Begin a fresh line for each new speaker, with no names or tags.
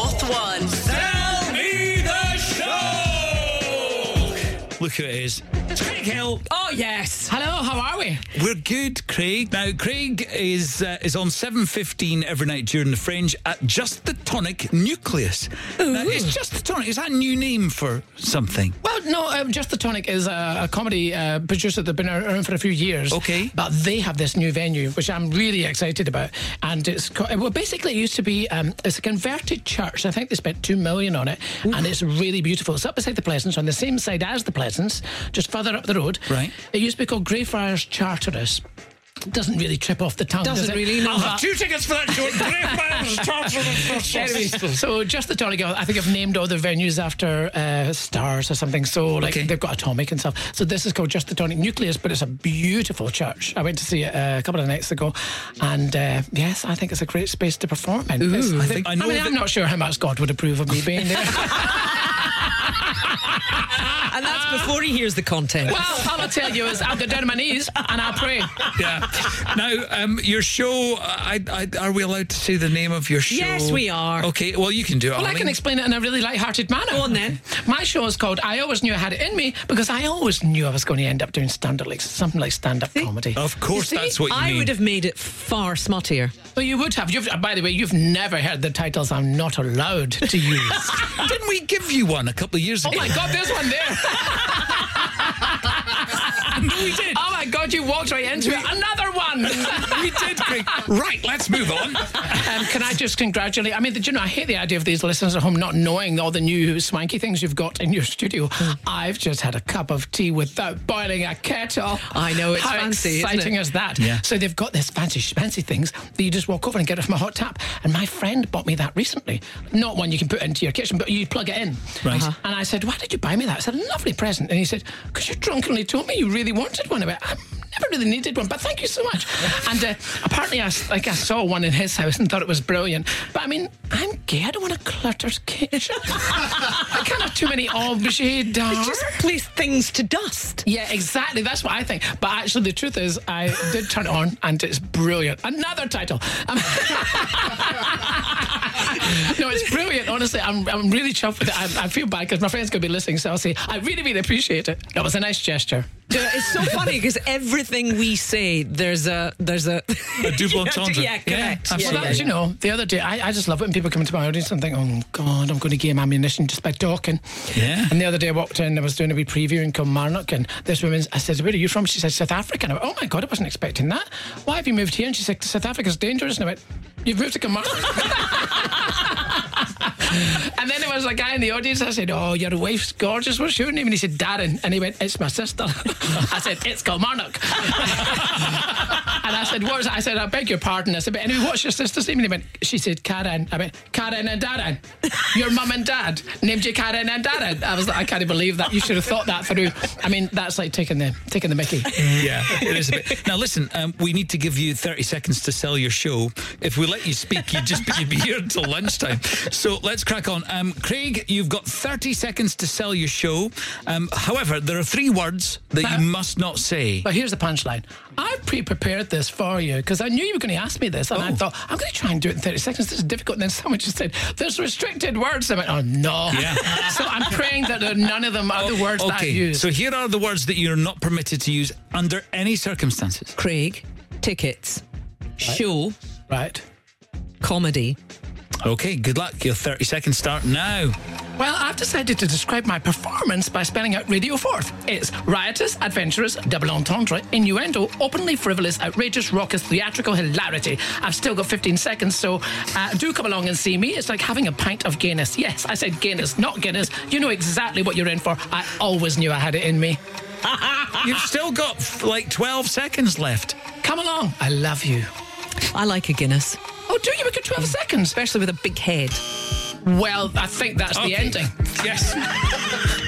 one.
Tell me the show. Look who it is. It's Craig Hill.
Oh yes. Hello. How are we?
We're good, Craig. Now, Craig is uh, is on seven fifteen every night during the Fringe at Just the Tonic Nucleus. Now,
Ooh.
it's Just the Tonic. Is that a new name for something?
Well, no. Um, Just the Tonic is a, a comedy uh, producer that's been around for a few years.
Okay.
But they have this new venue, which I'm really excited about, and it's co- well, basically it used to be um, it's a converted church. I think they spent two million on it, and it's really beautiful. It's up beside the Pleasance, on the same side as the Pleasance, just further up the road.
Right.
It used to be called Greyfriars Charterus. Doesn't really trip off the tongue. does
Doesn't
it? Oh,
really know that.
Two tickets for that show.
Anyway, so just the Tonic, I think I've named all the venues after uh, stars or something. So like
Okay.
they've got Atomic and stuff. So this is called Just the Tonic Nucleus, but it's a beautiful church. I went to see it uh, a couple of nights ago, and uh, yes, I think it's a great space to perform in. It's- I,
think- I
I
know
mean,
that-
I'm not sure how much God would approve of me being there.
And that's before he hears the content.
well, all I'll tell you is I'll go down on my knees and I'll pray.
yeah. Now, um, your show. I, I, are we allowed to say the name of your show?
Yes, we are.
Okay. Well, you can do it.
Well, I
Arlene.
can explain it in a really light-hearted manner.
Go on then.
My show is called "I Always Knew I Had It in Me" because I always knew I was going to end up doing stand-up, like something like stand-up comedy.
Of course,
See,
that's what you
I
mean.
would have made it far smuttier.
Well, you would have. You've, uh, by the way, you've never heard the titles I'm not allowed to use.
Didn't we give you one a couple of years
oh
ago?
my God, there's one there. we did. Oh my God, you walked right into it. Another one.
we did, Craig. Right, let's move on.
Um, can I just congratulate? I mean, do you know, I hate the idea of these listeners at home not knowing all the new swanky things you've got in your studio. I've just had a cup of tea without boiling a kettle.
I know, it's
How
fancy, isn't
exciting
it?
as that.
Yeah.
So they've got this fancy, fancy things that you just walk over and get it from a hot tap. And my friend bought me that recently. Not one you can put into your kitchen, but you plug it in.
Right. Uh-huh.
And I said, "Why did you buy me that?" It's a lovely present. And he said, "Because you drunkenly told me you really wanted one." I went, "I never really needed one, but thank you so much." and uh, apparently, I s- like I saw one in his house and thought it was brilliant. But I mean, I'm gay. I don't want a cluttered kitchen. I can't have too many objets.
Just place things to dust.
Yeah, exactly. That's what I think. But actually, the truth is, I did turn it on, and it's brilliant. Another title. Um, no, it's brilliant. Honestly, I'm, I'm really chuffed with it. I, I feel bad because my friend's going to be listening, so I'll say I really, really appreciate it. That was a nice gesture.
Yeah, It's so funny because everything we say, there's a there's a
A double entendre.
Yeah, correct.
Yeah,
Yeah,
Well,
absolutely.
that was, you know, the other day, I, I just love it when people come into my audience and think, oh, God, I'm going to game ammunition just by talking.
Yeah.
And the other day, I walked in, I was doing a wee preview in Kilmarnock, and this woman, I said, where are you from? She said, South Africa. And I went, oh, my God, I wasn't expecting that. Why have you moved here? And she said, South Africa's dangerous. And I went, you've moved to Kilmarnock? and then there was a guy in the audience. I said, oh, your wife's gorgeous. What's your name? And he said, Darren. And he went, it's my sister. I said, it's Kilmarnock. And I said, what was that? I said, I beg your pardon. I said, but anyway, what's your sister's name? And he went, she said, Karen. I went, Karen and Darren. Your mum and dad named you Karen and Darren. I was like, I can't believe that. You should have thought that through. I mean, that's like taking the taking the mickey.
Yeah, it is a bit. Now, listen, um, we need to give you 30 seconds to sell your show. If we let you speak, you'd just be, you'd be here until lunchtime. So let's crack on. Um, Craig, you've got 30 seconds to sell your show. Um, however, there are three words that you must not say.
But here's the punchline. I pre-prepared this for you because I knew you were going to ask me this, and
Oh.
I thought I'm going to try and do it in 30 seconds. This is difficult. And then someone just said, "There's restricted words." I went, "Oh no!"
Yeah.
so I'm praying that there, none of them are the words that I
Okay,
use.
so here are the words that you're not permitted to use under any circumstances.
Craig, tickets, show,
right.
comedy.
Okay, good luck. Your 30 seconds start now.
Well, I've decided to describe my performance by spelling out Radio Fourth. It's riotous, adventurous, double entendre, innuendo, openly frivolous, outrageous, raucous, theatrical hilarity. I've still got 15 seconds, so uh, do come along and see me. It's like having a pint of Guinness. Yes, I said Guinness, not Guinness. You know exactly what you're in for. I always knew I had it in me.
You've still got f- like 12 seconds left.
Come along. I love you.
I like a Guinness,
Oh, do you? We got 12 seconds.
especially with a big head.
Well, I think that's
Okay.
the ending.
Yes.